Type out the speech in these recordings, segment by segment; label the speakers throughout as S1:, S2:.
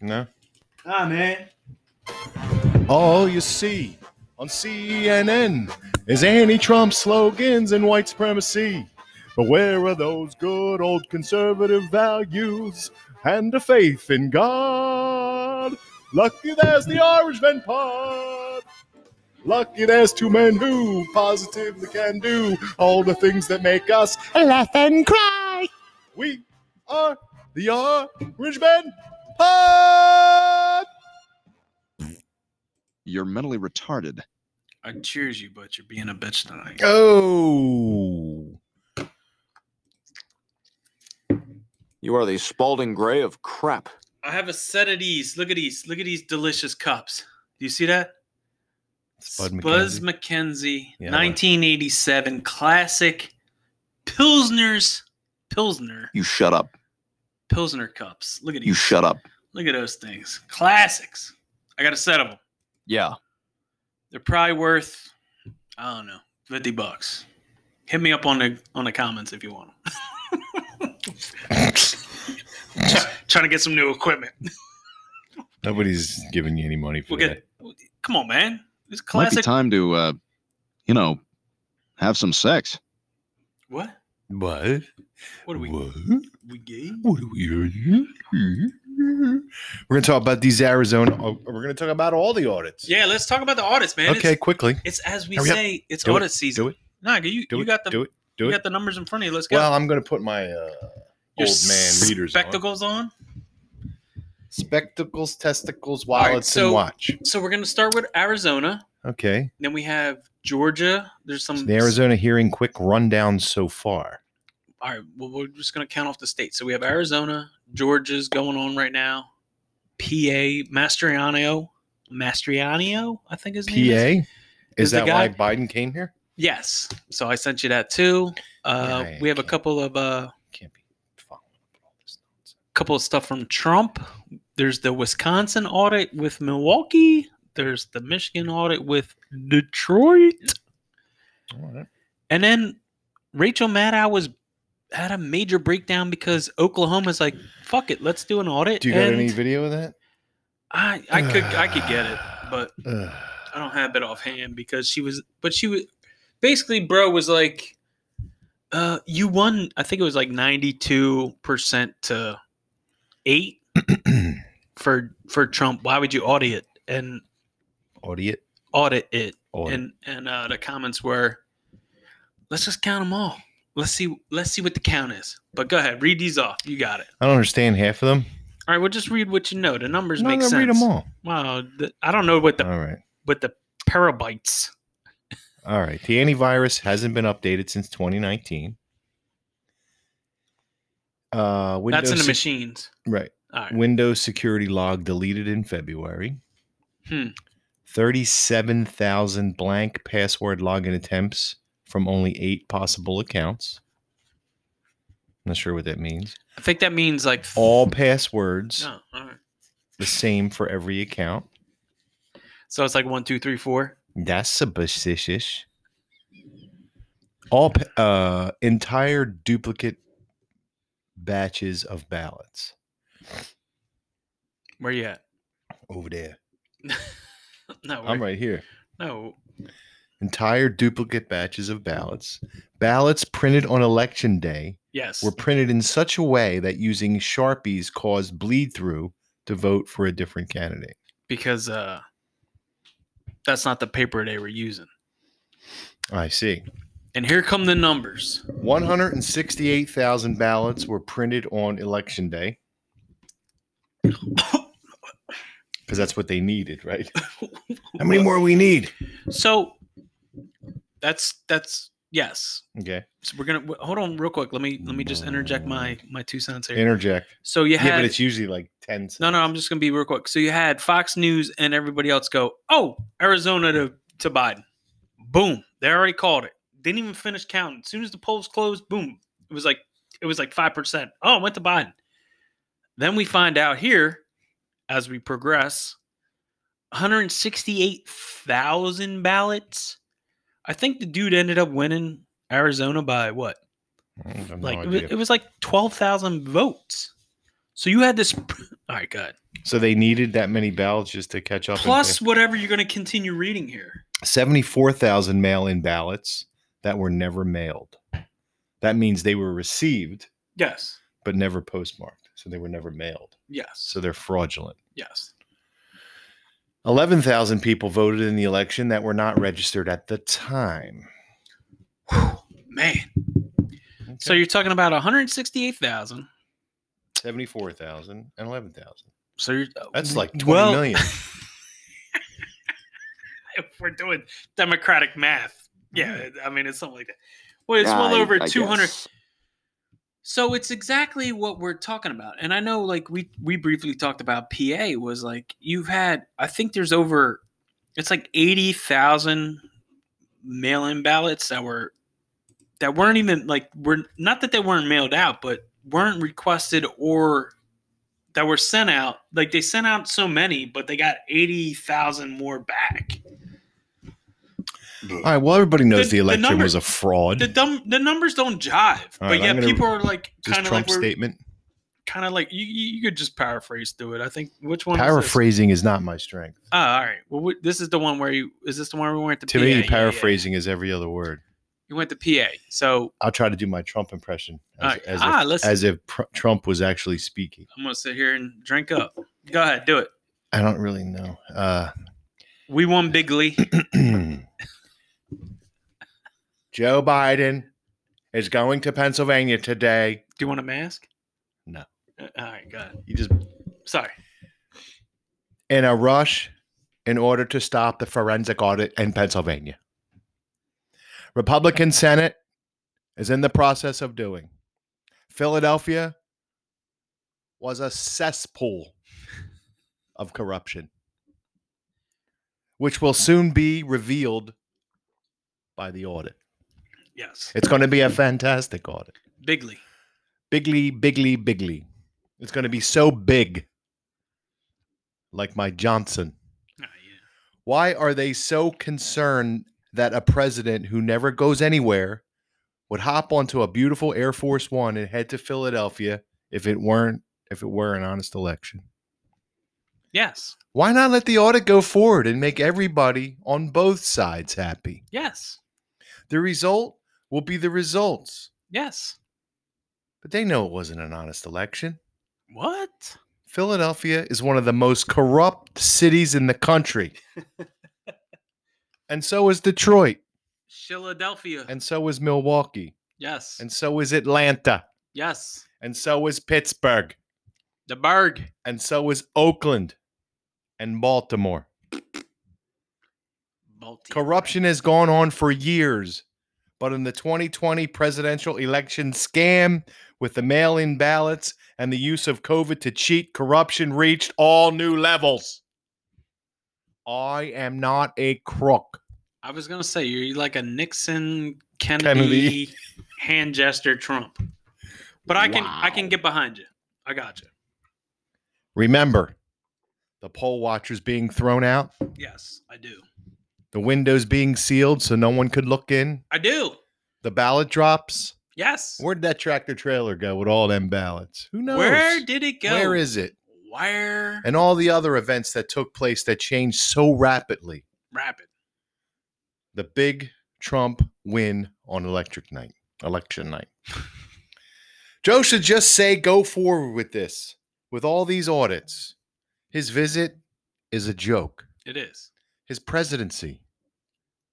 S1: No.
S2: Ah, man.
S1: All you see on CNN is anti Trump slogans and white supremacy. But where are those good old conservative values and a faith in God? Lucky there's the Orange Men Pod. Lucky there's two men who positively can do all the things that make us laugh and cry. We are the Orange Men Pod.
S3: You're mentally retarded.
S2: I cheers you, but you're being a bitch tonight.
S1: Oh.
S4: You are the Spalding Gray of crap.
S2: I have a set of these. Look at these. Look at these delicious cups. Do you see that?
S1: Spud
S2: Buzz McKenzie,
S1: Yeah.
S2: 1987 classic Pilsner's Pilsner
S3: You shut up.
S2: Pilsner cups. Look at
S3: You
S2: these.
S3: shut up.
S2: Look at those things. Classics. I got a set of them.
S3: Yeah.
S2: They're probably worth I don't know, 50 bucks. Hit me up on the on the comments if you want them. Trying to get some new equipment.
S1: Nobody's giving you any money for
S2: We'll get. Come on, man. It's
S3: Might be
S2: classic.
S3: time to, uh, you know, have some sex.
S2: What?
S1: that. What?
S2: What are we?
S1: What?
S2: We gay?
S1: What are we? We're gonna talk about these Arizona. oh, we're gonna talk about all the audits.
S2: Yeah, let's talk about the audits, man.
S1: okay,
S2: It's,
S1: quickly.
S2: it's as we
S1: Hurry up.
S2: say, it's
S1: Do it.
S2: audit season.
S1: Do it.
S2: Nah, you,
S1: Do
S2: you
S1: it.
S2: got the
S1: do it. Do
S2: you
S1: it.
S2: got the numbers in front of you. Let's go.
S1: well, I'm gonna put my uh,
S2: Your
S1: old man readers on.
S2: spectacles on.
S1: spectacles, testicles,
S2: right,
S1: wallets,
S2: so-
S1: and watch.
S2: So we're gonna start with Arizona.
S1: Okay.
S2: Then we have Georgia. There's some
S1: So the Arizona hearing quick rundown so far.
S2: all right, well, we're just going to count off the states. So we have Arizona, Georgia's going on right now, PA, Mastriano, Mastriano, I think his
S1: PA.
S2: name is.
S1: Is,
S2: Is the
S1: that why
S2: guy-
S1: Biden came here?
S2: Yes. So I sent you that too. Uh,
S1: Yeah, I
S2: we have a
S1: can't-
S2: couple of uh,
S1: Can't be following up with all this nonsense.
S2: couple of stuff from Trump. There's the Wisconsin audit with Milwaukee. There's the Michigan audit with Detroit.
S1: All right.
S2: And then Rachel Maddow was had a major breakdown because Oklahoma's like, "Fuck it, let's do an audit."
S1: Do you got
S2: and-
S1: any video of that?
S2: I I could I could get it, but
S1: Ugh.
S2: I don't have it offhand because she was but she was basically bro was like uh you won I think it was like 92% to 8 for for Trump. Why would you audit it and
S1: Audit.
S2: audit it?
S1: Audit.
S2: And and uh the comments were let's just count them all. Let's see let's see what the count is. But go ahead, read these off. You got it.
S1: I don't understand half of them.
S2: All right, we'll just read what you know. The numbers
S1: No,
S2: make
S1: no,
S2: sense.
S1: read them all.
S2: Wow, the, I don't know what the
S1: all right.
S2: with the perabytes.
S1: All right. The antivirus hasn't been updated since 2019. Uh, Windows
S2: That's in the
S1: sec-
S2: machines.
S1: Right.
S2: All right.
S1: Windows security log deleted in February.
S2: Hmm.
S1: 37,000 blank password login attempts from only eight possible accounts. Not sure what that means.
S2: I think that means like th-
S1: All passwords
S2: No, all right.
S1: the same for every account.
S2: So it's like one, two, three, four.
S1: That's suspicious. All pa- uh, entire duplicate batches of ballots
S2: Where you at?
S1: over there.
S2: No,
S1: I'm
S2: where-
S1: right here.
S2: No,
S1: Entire duplicate batches of ballots. Ballots printed on election day
S2: yes.
S1: were printed in such a way that using sharpies caused bleed through to vote for a different candidate.
S2: because uh, that's not the paper they were using.
S1: I see.
S2: And here come the numbers.
S1: 168,000 ballots were printed on election day
S2: Oh,
S1: because that's what they needed, right? How many more we need?
S2: So that's that's yes.
S1: Okay.
S2: So we're gonna w- hold on real quick. Let me let me just interject my my two cents here.
S1: Interject.
S2: So you
S1: Yeah,
S2: had
S1: but it's usually like 10 seconds.
S2: No, no, I'm just gonna be real quick. So you had Fox News and everybody else go, oh, Arizona to, to Biden. Boom. They already called it. Didn't even finish counting. As soon as the polls closed, boom. It was like it was like five percent. Oh, it went to Biden. Then we find out here as we progress, 168,000 ballots. I think the dude ended up winning Arizona by what?
S1: I have no
S2: like it,
S1: idea.
S2: was, it was like 12,000 votes. So you had this All right, good.
S1: So they needed that many ballots just to catch up. and-
S2: Plus, whatever you're going to continue reading here.
S1: 74,000 mail in ballots that were never mailed. That means they were received,
S2: Yes.
S1: but never postmarked. So they were never mailed.
S2: Yes.
S1: So they're fraudulent.
S2: Yes.
S1: 11,000 people voted in the election that were not registered at the time.
S2: Whew, man. So you're talking about 168,000.
S1: 74,000 and 11,000.
S2: So you're uh,
S1: That's like twenty
S2: Well,
S1: million.
S2: If we're doing democratic math, yeah, I mean it's something like that. Well, it's
S4: Yeah,
S2: well
S4: I-
S2: over
S4: I
S2: 200.
S4: guess.
S2: So it's exactly what we're talking about. And I know like we we briefly talked about PA was like you've had I think there's over it's like 80,000 mail-in ballots that were that weren't even like were not that they weren't mailed out but weren't requested or that were sent out like they sent out so many but they got 80,000 more back.
S1: All right. Well, everybody knows
S2: The-
S1: the,
S2: the
S1: election
S2: number-
S1: was a fraud.
S2: The dumb the numbers don't jive,
S1: All
S2: but
S1: right, I'm
S2: yeah,
S1: gonna-
S2: people are like
S1: this
S2: kind of like
S1: Trump
S2: we're
S1: statement.
S2: kind of like you, you you could just paraphrase through it. I think which one? is this?
S1: Paraphrasing is not my strength.
S2: Oh, all right. Well, wh- this is the one where you is this the one we went to
S1: To
S2: PA? Yeah,
S1: me,
S2: yeah,
S1: paraphrasing is every other word.
S2: yeah. You went to PA, so
S1: I'll try to do my Trump impression as,
S2: All right.
S1: as,
S2: Ah,
S1: if,
S2: let's-
S1: as if pr- Trump was actually speaking.
S2: I'm gonna sit here and drink up. Go ahead, do it.
S1: I don't really know. Uh,
S2: We won bigly.
S1: Joe Biden is going to Pennsylvania today.
S2: Do you want a mask?
S1: No.
S2: Uh, All right, go ahead.
S1: You just
S2: Sorry.
S1: in a rush in order to stop the forensic audit in Pennsylvania. Republican Senate is in the process of doing. Philadelphia was a cesspool of corruption, which will soon be revealed by the audit.
S2: Yes,
S1: It's going to be a fantastic audit.
S2: bigly.
S1: Bigly, bigly, bigly. It's going to be so big, like my Johnson.
S2: Ah, yeah.
S1: Why are they so concerned that a president who never goes anywhere would hop onto a beautiful Air Force One and head to Philadelphia if it weren't if it were an honest election?
S2: Yes,
S1: Why not let the audit go forward and make everybody on both sides happy?
S2: yes,
S1: The result will be the results.
S2: yes.
S1: But they know it wasn't an honest election.
S2: What?
S1: Philadelphia is one of the most corrupt cities in the country. and so is Detroit,
S2: Philadelphia.
S1: and so is Milwaukee.
S2: yes.
S1: and so is Atlanta,
S2: yes.
S1: and so is Pittsburgh,
S2: The Berg.
S1: and so is Oakland and Baltimore.
S2: Baltimore.
S1: Corruption has gone on for years, but in the 2020 presidential election scam with the mail in ballots and the use of COVID to cheat, corruption reached all new levels. I am not a crook.
S2: I was gonna say you're like a Nixon Kennedy,
S1: Kennedy.
S2: hand gesture Trump, but I can I can
S4: Wow.
S2: get behind you. I got you.
S1: Remember, the poll watchers being thrown out,
S2: Yes, I do.
S1: the windows being sealed so no one could look in,
S2: I do.
S1: the ballot drops.
S2: Yes.
S1: Where'd that tractor trailer go with all them ballots? Who knows?
S2: Where did it go?
S1: Where is it?
S2: Where?
S1: And all the other events that took place that changed so rapidly.
S2: Rapid.
S1: The big Trump win on electric night, election night. Joe should just say go forward with this, with all these audits. His visit is a joke.
S2: It is.
S1: His presidency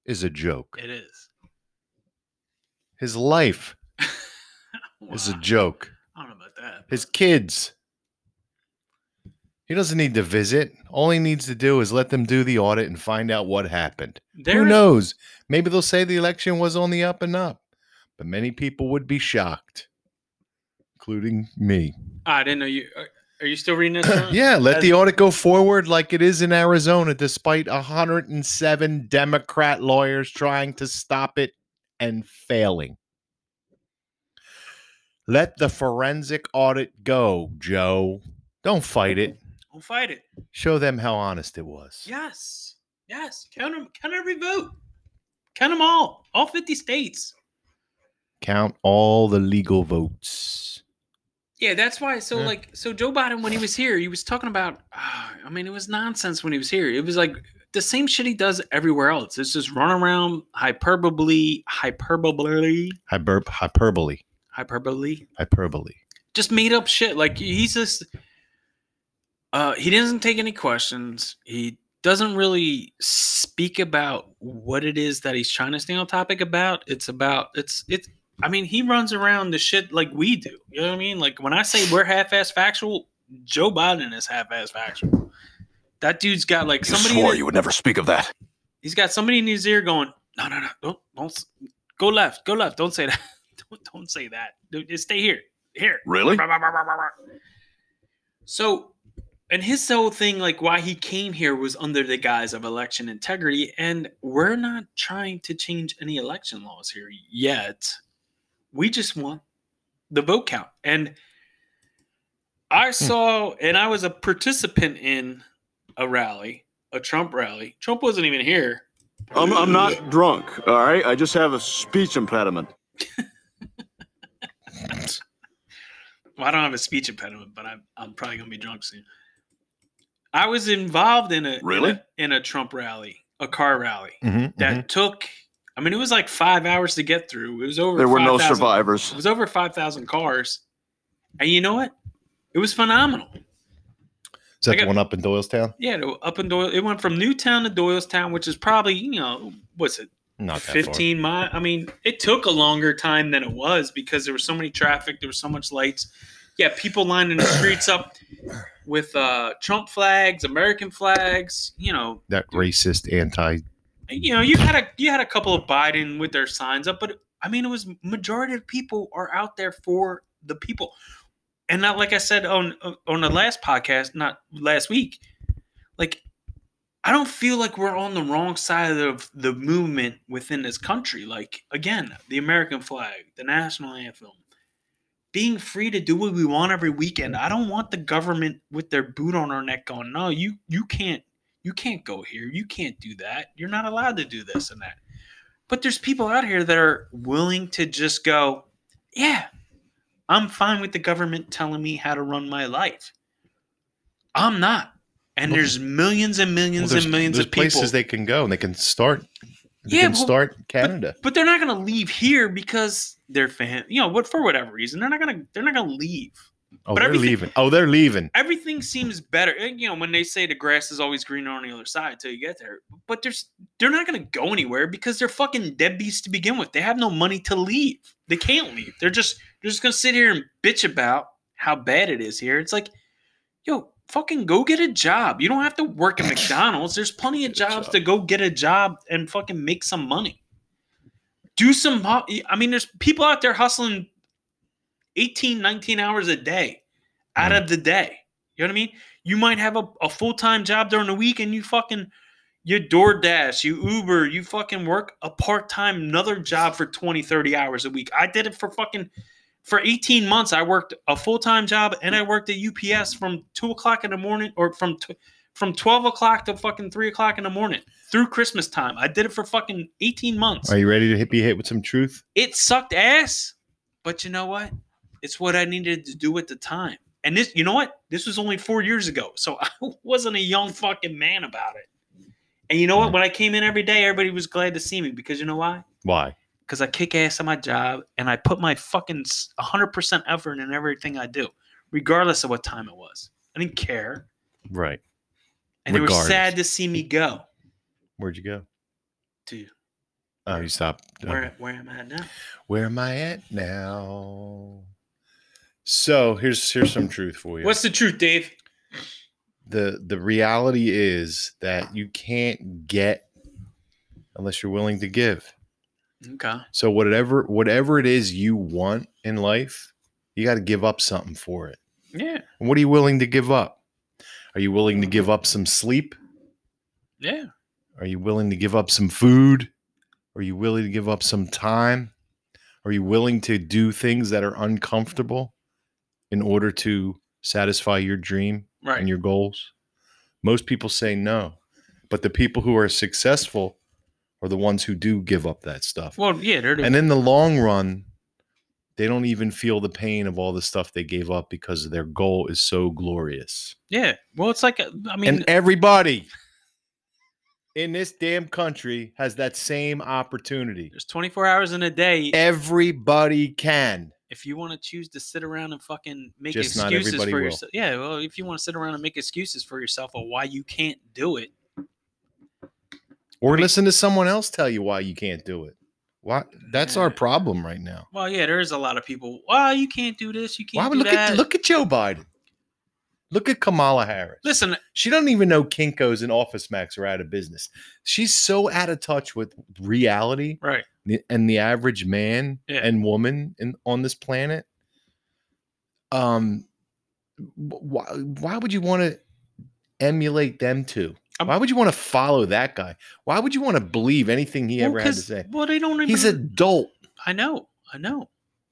S1: is a joke.
S2: It is.
S1: His life is a
S2: Wow.
S1: joke.
S2: I don't know about that.
S1: his kids. He doesn't need to visit. All he needs to do is let them do the audit and find out what happened.
S2: There-
S1: Who knows? Maybe they'll say the election was on the up and up, but many people would be shocked, including me.
S2: I didn't know you. Are, are you still reading this? John?
S1: yeah, let
S2: As-
S1: the audit go forward like it is in Arizona, despite 107 Democrat lawyers trying to stop it and failing. Let the forensic audit go, Joe. Don't fight it.
S2: We'll fight it.
S1: Show them how honest it was.
S2: Yes. Yes. Count them. Count every vote. Count them all. All fifty states.
S1: Count all the legal votes.
S2: Yeah, that's why. So
S1: Yeah.
S2: like, so Joe Biden when he was here, he was talking about. ah, I mean, it was nonsense when he was here. It was like the same shit he does everywhere else. It's just run around hyperbole, hyperbole,
S1: Hyper- hyperbole.
S2: hyperbole.
S1: Hyperbole.
S2: Just made up shit. Like he's just. Uh, he doesn't take any questions. He doesn't really speak about what it is that he's trying to stay on topic about. It's about it's it's. I mean, he runs around the shit like we do. You know what I mean? Like when I say we're half-ass factual, Joe Biden is half-ass factual. That dude's got like
S3: You
S2: somebody. in
S3: swore
S2: his-
S3: you would never speak of that.
S2: he's got somebody in his ear going, no, no, no, don't, don't, s- go left, go left, don't say that, don't, don't say that, Dude, just stay here, here.
S4: Really?
S2: So, and his whole thing, like why he came here, was under the guise of election integrity, and we're not trying to change any election laws here yet. We just want the vote count, and I saw, and I was a participant in a rally, a Trump rally. Trump wasn't even here.
S3: I'm, I'm not drunk, all right? I just have a speech impediment.
S2: well, I don't have a speech impediment, but I'm I'm probably gonna be drunk soon. I was involved in a
S4: Really?
S2: in a, in a Trump rally, a car rally
S1: Mhm,
S2: that took. I mean, it was like five hours to get through. It was over.
S3: There were no
S2: 5,000
S3: survivors.
S2: It was over five thousand cars, and you know what? It was phenomenal.
S1: Is that
S2: I
S1: the
S2: got-
S1: one up in Doylestown?
S2: Yeah, it w- up in Doyle, it went from Newtown to Doylestown, which is probably you know what's it,
S1: Not that far.
S2: fifteen miles. I mean, it took a longer time than it was because there was so many traffic, there was so much lights. Yeah, people lining the streets up with uh, Trump flags, American flags. You know,
S1: That racist anti.
S2: you know, you had a you had a couple of Biden with their signs up, but I mean, it was majority of people are out there for the people, and not like I said on on the last podcast, not last week. Like, I don't feel like we're on the wrong side of the movement within this country. Like again, the American flag, the national anthem. Being free to do what we want every weekend.
S1: Mm.
S2: I don't want the government with their boot on our neck going, no, you you can't you can't go here you can't do that you're not allowed to do this and that but there's people out here that are willing to just go yeah i'm fine with the government telling me how to run my life i'm not and
S1: Well-
S2: there's millions and millions
S1: there's-
S2: and millions
S1: there's
S2: of people
S1: places they can go and they can start. They
S2: Yeah,
S1: can
S2: but-
S1: start Canada.
S2: but they're not going to leave here because they're fan you know what for whatever reason they're not going to they're not going to leave but
S1: Oh, they're
S2: everything-
S1: leaving. Oh, they're leaving.
S2: everything seems better. eh, You know, when they say the grass is always greener on the other side until you get there, but there's they're not going to go anywhere because they're fucking deadbeats to begin with. They have no money to leave. They can't leave. They're just they're just going to sit here and bitch about how bad it is here. It's like, yo, fucking go get a job. You don't have to work at McDonald's. There's plenty of
S4: Get a
S2: jobs
S4: job.
S2: to go get a job and fucking make some money. Do some hu- I mean there's people out there hustling 18, 19 hours a day out of the day. You know what I mean? You might have a, a full time job during the week and you fucking you DoorDash, you Uber, you fucking work a part time another job for 20, 30 hours a week. I did it for fucking for 18 months. I worked a full time job and I worked at UPS from two o'clock in the morning or from tw- from 12 o'clock to fucking three o'clock in the morning through Christmas time. I did it for fucking 18 months.
S1: Are you ready to hit, be hit with some truth?
S2: It sucked ass, but you know what? It's what I needed to do at the time. And this, you know what? This was only four years ago, so I wasn't a young fucking man about it. And you know what? When I came in every day, everybody was glad to see me because you know why?
S1: Why?
S2: Because I kick ass at my job and I put my fucking s- 100% effort in everything I do, regardless of what time it was. I didn't care.
S1: Right.
S2: And they were
S1: Regardless.
S2: sad to see me go.
S1: Where'd you go?
S2: Dude,
S1: Oh, you stopped. Okay.
S2: where, where am I now?
S1: Where am I at now? So here's here's some truth for you.
S2: What's the truth, Dave?
S1: the the reality is that you can't get unless you're willing to give.
S2: Okay.
S1: So whatever whatever it is you want in life, you got to give up something for it.
S2: Yeah.
S1: And what are you willing to give up? Are you willing to give up some sleep?
S2: Yeah.
S1: Are you willing to give up some food? Are you willing to give up some time? Are you willing to do things that are uncomfortable in order to satisfy your dream
S2: Right.
S1: and your goals? Most people say no, but the people who are successful are the ones who do give up that stuff.
S2: well, yeah, they're the-
S1: and in the long run, they don't even feel the pain of all the stuff they gave up because their goal is so glorious.
S2: Yeah. Well, it's like, uh, I mean,
S1: and everybody in this damn country has that same opportunity.
S2: there's 24 hours in a day.
S1: Everybody can.
S2: If you want to choose to sit around and fucking make
S1: Just not
S2: excuses
S1: everybody
S2: for
S1: will.
S2: yourself. Yeah. Well, if you want to sit around and make excuses for yourself of why you can't do it,
S1: Or
S2: mean-
S1: listen to someone else tell you why you can't do it. Why? That's our problem right now.
S2: well, yeah, there is a lot of people. Well, you can't do this. You can't
S1: Why
S2: do
S1: would look
S2: that.
S1: at look at Joe Biden? Look at Kamala Harris.
S2: Listen,
S1: She doesn't even know Kinkos and Office Max are out of business. She's so out of touch with reality
S2: right.
S1: the- and the average man
S2: Yeah.
S1: and woman in, on this planet. Um, wh- why why would you want to emulate them two?
S2: I'm-
S1: why would you want to follow that guy? Why would you want to believe anything he
S2: Well,
S1: ever had to
S2: 'cause-
S1: say?
S2: Well, they don't even.
S1: He's adult.
S2: I know. I know.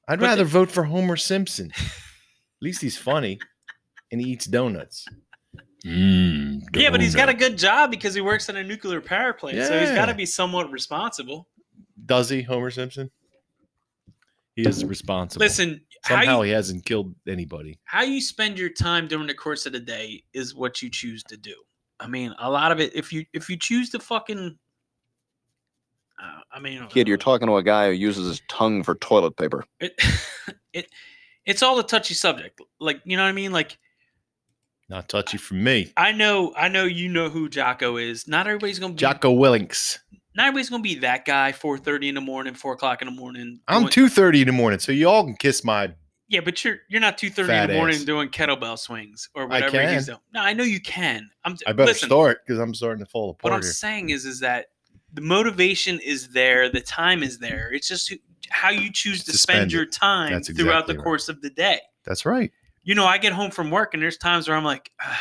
S1: I'd
S2: But
S1: rather vote for Homer Simpson. At least he's funny and he eats donuts.
S2: Yeah, but he's got a good job because he works at a nuclear power plant, so he's got to
S1: Yeah.
S2: be somewhat responsible.
S1: Does he, Homer Simpson? He is responsible.
S2: Listen,
S1: somehow
S2: how you,
S1: he hasn't killed anybody.
S2: how you spend your time during the course of the day is what you choose to do. I mean, a lot of it. If you if you choose to fucking, uh, I mean,
S3: Kid, you're talking to a guy who uses his tongue for toilet paper.
S2: it, it it's all a touchy subject. Like you know what I mean? Like
S1: Not touchy for me.
S2: I know I know you know who Jocko is. Not everybody's gonna be
S1: Jocko Willinks.
S2: not everybody's gonna be that guy. Four thirty in the morning, four o'clock in the morning.
S1: I'm
S2: doing-
S1: two thirty in the morning, so y'all can kiss my.
S2: Yeah, but you're you're not two thirty in
S1: Fat
S2: the morning
S1: ass.
S2: doing kettlebell swings or whatever he's doing. No, I know you can. I'm.
S1: I better
S2: listen,
S1: start because I'm starting to fall
S2: What I'm
S1: apart here.
S2: saying is, is that the motivation is there, the time is there. It's just who- how you choose to
S1: To
S2: spend
S1: spend
S2: your
S1: it.
S2: time
S1: That's
S2: throughout the
S1: exactly right.
S2: course of the day.
S1: That's right.
S2: You know, I get home from work and there's times where I'm like, "Ah,"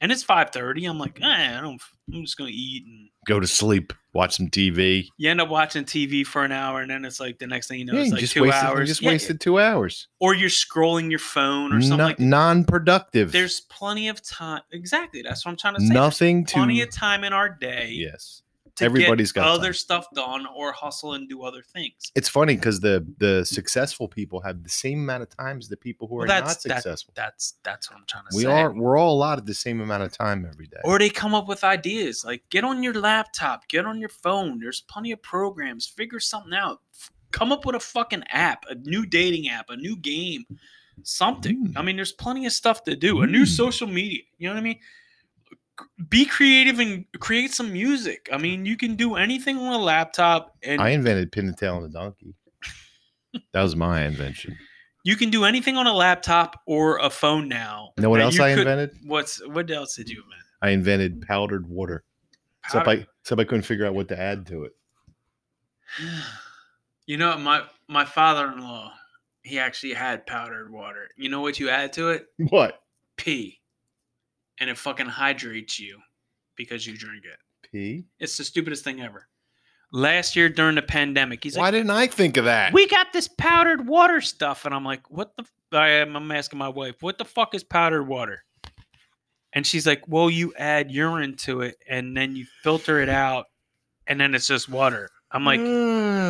S2: and it's five thirty. I'm like, eh, I don't. I'm just gonna eat and.
S1: Go to sleep, watch some TV.
S2: You end up watching TV for an hour, and then it's like the next thing you know,
S1: yeah,
S2: it's
S1: you
S2: like
S1: just
S2: two
S1: wasted, you
S2: hours.
S1: just
S2: Yeah,
S1: wasted two hours.
S2: Or you're scrolling your phone or something
S1: No-
S2: like that.
S1: non-productive.
S2: There's plenty of time. Exactly. That's what I'm trying to say. There's
S1: nothing
S2: plenty
S1: to.
S2: of time in our day
S1: Yes.
S2: to
S1: everybody's
S2: get
S1: got
S2: other
S1: time.
S2: stuff done or hustle and do other things.
S1: It's funny because the the successful people have the same amount of time as the people who
S2: Well,
S1: are
S2: that's
S1: not
S2: that-
S1: successful.
S2: That's that's what I'm trying to
S1: we
S2: say.
S1: are we're all allotted the same amount of time every day.
S2: Or they come up with ideas like get on your laptop, get on your phone. There's plenty of programs. Figure something out. F- Come up with a fucking app, a new dating app, a new game, something. I
S1: Mm.
S2: mean, there's plenty of stuff to do. A new
S1: Mm.
S2: social media. You know what I mean? Be creative and create some music. I mean, you can do anything on a laptop, and
S1: I invented pin and tail on a donkey. that was my invention.
S2: you can do anything on a laptop or a phone now.
S1: You know what
S2: that
S1: else
S2: you
S1: I
S2: could-
S1: invented?
S2: What's what else did you invent?
S1: I invented powdered water. Except I, except I couldn't figure out what to add to it.
S2: you know my my father-in-law he actually had powdered water you know what you add to it
S1: What?
S2: pee and it fucking hydrates you because you drink it
S1: P?
S2: it's the stupidest thing ever last year during the pandemic he's
S1: Why
S2: like
S1: didn't I think of that?
S2: we got this powdered water stuff and i'm like what the f-? I am, i'm asking my wife what the fuck is powdered water and she's like well you add urine to it and then you filter it out and then it's just water i'm like
S1: Mm.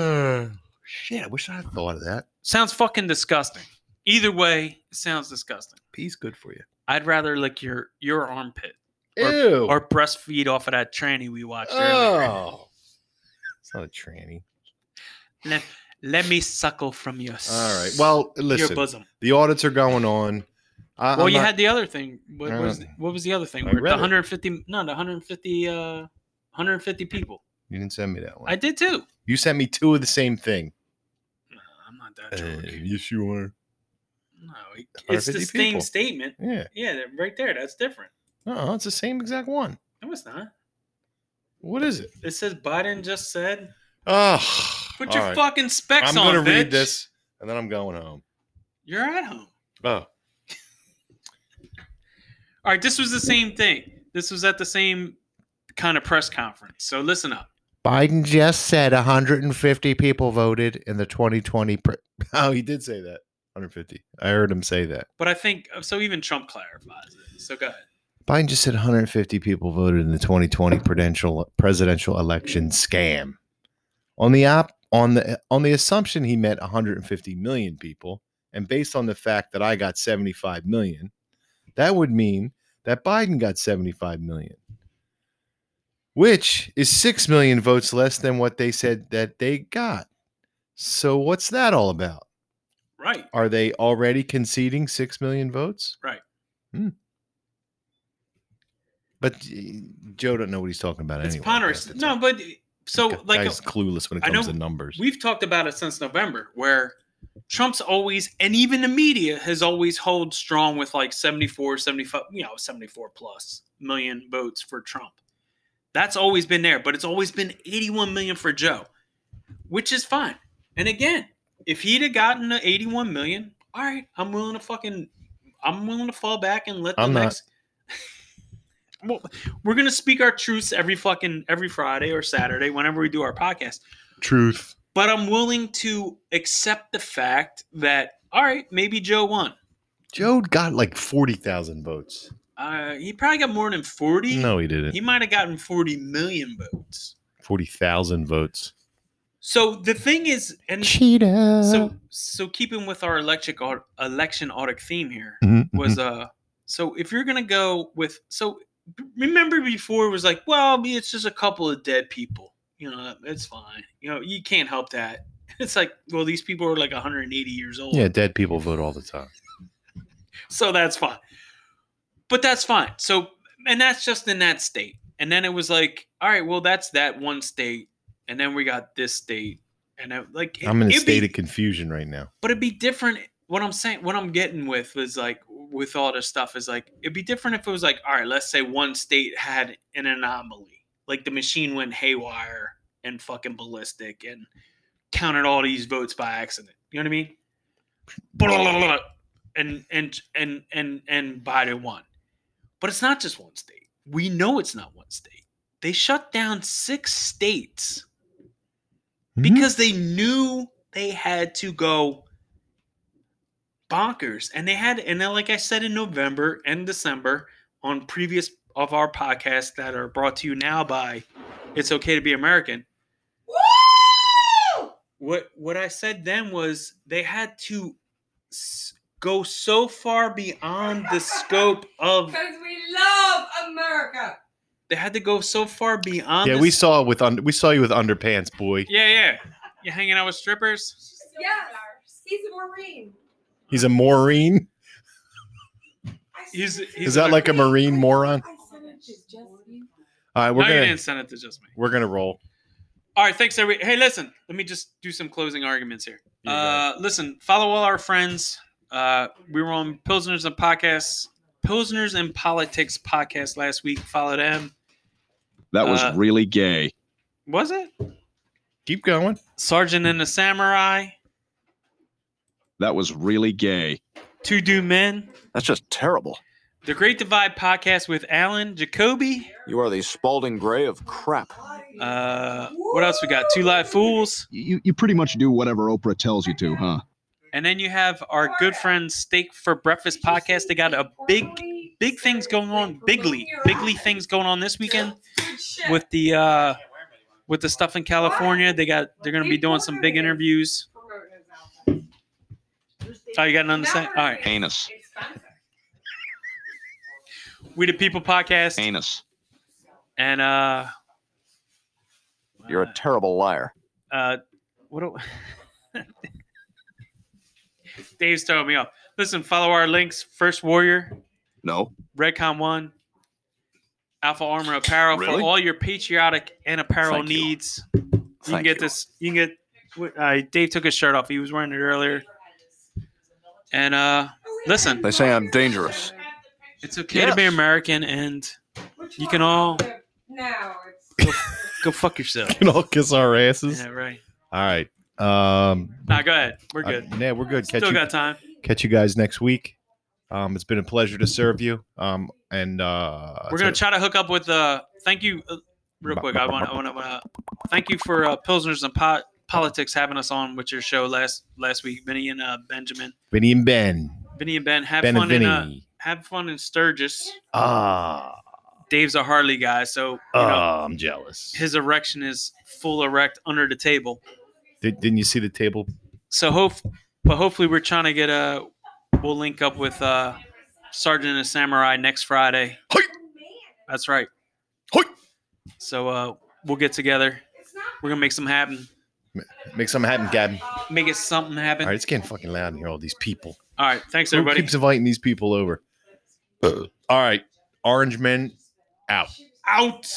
S1: Uh, shit, I wish I had thought of that.
S2: Sounds fucking disgusting. Either way, it sounds disgusting.
S1: Pee's good for you.
S2: I'd rather lick your your armpit Or-
S1: Ew.
S2: or breastfeed off of that tranny we watched earlier.
S1: oh. It's not a tranny.
S2: Let, let me suckle from your s-
S1: All right. Well,
S2: your
S1: listen.
S2: bosom.
S1: The audits are going on. I,
S2: Well,
S1: I'm
S2: you
S1: not-
S2: had the other thing. What
S1: I
S2: was
S1: don't-
S2: what was the other thing?
S1: I
S2: Where the
S1: read it.
S2: 150 no, the 150 uh 150 people.
S1: You didn't send me that one.
S2: I did too.
S1: you sent me two of the same thing. Uh,
S2: No, I'm not that drunk.
S1: yes, you were.
S2: no, it- it's the
S1: 150
S2: same
S1: people.
S2: statement.
S1: Yeah.
S2: Yeah, that- right there. That's different.
S1: No, it's the same exact one.
S2: No, it's not.
S1: What is it?
S2: It says Biden just said,
S1: Oh,
S2: "Put your fucking specs
S1: I'm
S2: on."
S1: gonna read
S2: bitch.
S1: this, and then I'm going home.
S2: You're at home.
S1: Oh,
S2: All right, this was the same thing. This was at the same kind of press conference. So listen up.
S1: Biden just said 150 people voted in the 2020. Pre- oh, he did say that. 150. I heard him say that.
S2: But I think so. Even Trump clarifies it. So go ahead.
S1: Biden just said 150 people voted in the 2020 presidential presidential election scam. On the op on the on the assumption he meant 150 million people and based on the fact that I got 75 million that would mean that Biden got 75 million which is 6 million votes less than what they said that they got so what's that all about
S2: Right.
S1: are they already conceding 6 million votes
S2: Right.
S1: Hmm. but eh, joe don't know what he's talking about
S2: It's
S1: anyway
S2: ponderous.
S1: That's
S2: No,
S1: all.
S2: but so
S1: Guy-
S2: like
S1: guy's clueless when it
S2: I
S1: comes
S2: know
S1: to numbers
S2: We've talked about it since November, where Trump's always, and even the media has always held strong with like 74, 75, you know, 74 plus million votes for Trump. That's always been there, but it's always been 81 million for Joe, which is fine. And again, if he'd have gotten the 81 million, all right, I'm willing to fucking, I'm willing to fall back and let the
S1: I'm not.
S2: next. well, we're gonna speak our truths every fucking every Friday or Saturday whenever we do our podcast
S1: truth
S2: but I'm willing to accept the fact that all right, maybe Joe won.
S1: joe got like 40000 votes
S2: Uh, he probably got more than forty.
S1: no he didn't
S2: he might have gotten forty million votes.
S1: 40000 votes
S2: So the thing is, and
S1: cheetah
S2: so so keeping with our electric au- election audit theme here
S1: Mm-hmm,
S2: was uh, so if you're gonna go with so remember before it was like well it's just a couple of dead people you know it's fine you know you can't help that it's like well these people are like 180 years old
S1: mm-hmm. yeah dead people vote all the time
S2: so that's fine. But that's fine. So, and that's just in that state. And then it was like, all right, well, that's that one state, and then we got this state, and I, like, it-
S1: i'm in a
S2: it'd
S1: state
S2: be-
S1: of confusion right now
S2: but it'd be different. What I'm saying, what I'm getting with was like, with all this stuff is like, it'd be different if it was like, all right, let's say one state had an anomaly, like the machine went haywire and fucking ballistic and counted all these votes by accident. You know what I mean? Blah, blah, blah, blah. And and and and and Biden won, but it's not just one state. We know it's not one state. They shut down six states because they knew they had to go bonkers and they had and then like i said in november and december on previous of our podcasts that are brought to you now by it's okay to be american what what i said then was they had to s- go so far beyond the scope of
S5: Because we love America.
S2: they had to go so far beyond
S1: yeah
S2: the
S1: we
S2: s-
S1: saw with under, we saw you with underpants boy
S2: yeah yeah you hanging out with strippers
S5: Yes. He's a Marine.
S1: he's a maureen
S5: I
S2: He's-
S5: sent it to
S2: he's
S1: is
S5: you.
S1: that like a marine moron
S5: I sent it to just you.
S1: all right we're
S2: no you
S1: gonna
S2: didn't send it to just me
S1: we're gonna roll
S2: All right, thanks everybody. Hey, listen, let me just do some closing arguments here.
S1: Yeah, go
S2: uh, listen, follow all our friends. Uh, we were on Pilsners and Podcasts, Pilsners and Politics podcast last week. Follow them.
S3: That was
S2: Uh,
S3: really gay.
S2: Was it
S1: keep going
S2: Sergeant and the Samurai?
S3: That was really gay.
S2: Two Do Men,
S4: That's just terrible.
S2: The Great Divide podcast with Alan Jacoby.
S4: You are the Spalding Gray of crap.
S2: Uh, what else we got? Two Live Fools,
S3: You you pretty much do whatever Oprah tells you to, huh?
S2: and then you have our good friend Steak for Breakfast podcast. They got a big, big things going on. Bigly, bigly things going on this weekend.
S5: Good shit.
S2: with the uh with the stuff in California. They got they're gonna be doing some big interviews.
S5: Promoting his outfit.
S2: Oh, you got nothing to say? All right.
S3: Anus.
S5: Expensive.
S2: We the People Podcast
S3: Anus.
S2: and uh
S4: You're a terrible liar.
S2: uh what do Dave's throwing me off. Listen, follow our links. First Warrior,
S3: No.
S2: Redcon One, Alpha Armor Apparel
S3: Really?
S2: for all your patriotic and apparel
S4: Thank you.
S2: needs. You can
S4: Thank
S2: get
S4: you.
S2: this. You can get. Uh, Dave took his shirt off. He was wearing it earlier. And uh,
S5: Oh,
S2: listen,
S4: They say I'm dangerous.
S2: it's okay to be
S4: Yes.
S2: American and
S5: Which
S2: You can
S5: one?
S2: all-
S5: Now it's.
S2: go fuck yourself.
S1: can all kiss our asses
S2: yeah, right.
S1: all right um
S2: Nah, go ahead. We're
S1: I-
S2: good.
S1: yeah we're good catch
S2: Still
S1: you
S2: got time.
S1: catch you guys next week um it's been a pleasure to serve you um and uh
S2: We're gonna try to hook up with. Uh, thank you, uh, real quick. I want. I want to. Uh, thank you for uh, Pilsners and Pot Politics having us on with your show last last week, Vinny and uh, Benjamin,
S1: vinny and ben
S2: Vinny and Ben. Have
S1: ben
S2: fun
S1: and vinny
S2: in uh, have fun in Sturgis.
S1: ah
S2: Dave's a Harley guy, so you know
S1: ah, i'm jealous
S2: his erection is full erect under the table.
S1: Did, didn't you see the table?
S2: So hope, but hopefully we're trying to get a. We'll link up with uh,
S5: Oh,
S2: Sergeant and Samurai next Friday.
S6: Hoi!
S2: That's right.
S6: Hoi!
S2: So uh, we'll get together.
S5: It's not
S2: We're gonna make some happen.
S1: Make something happen, Gavin.
S2: Make it something happen.
S1: All right, it's getting fucking loud in here. All these people.
S2: All right. Thanks
S1: Who
S2: everybody.
S1: keeps inviting these people over? All right, Orange Men out.
S2: Out.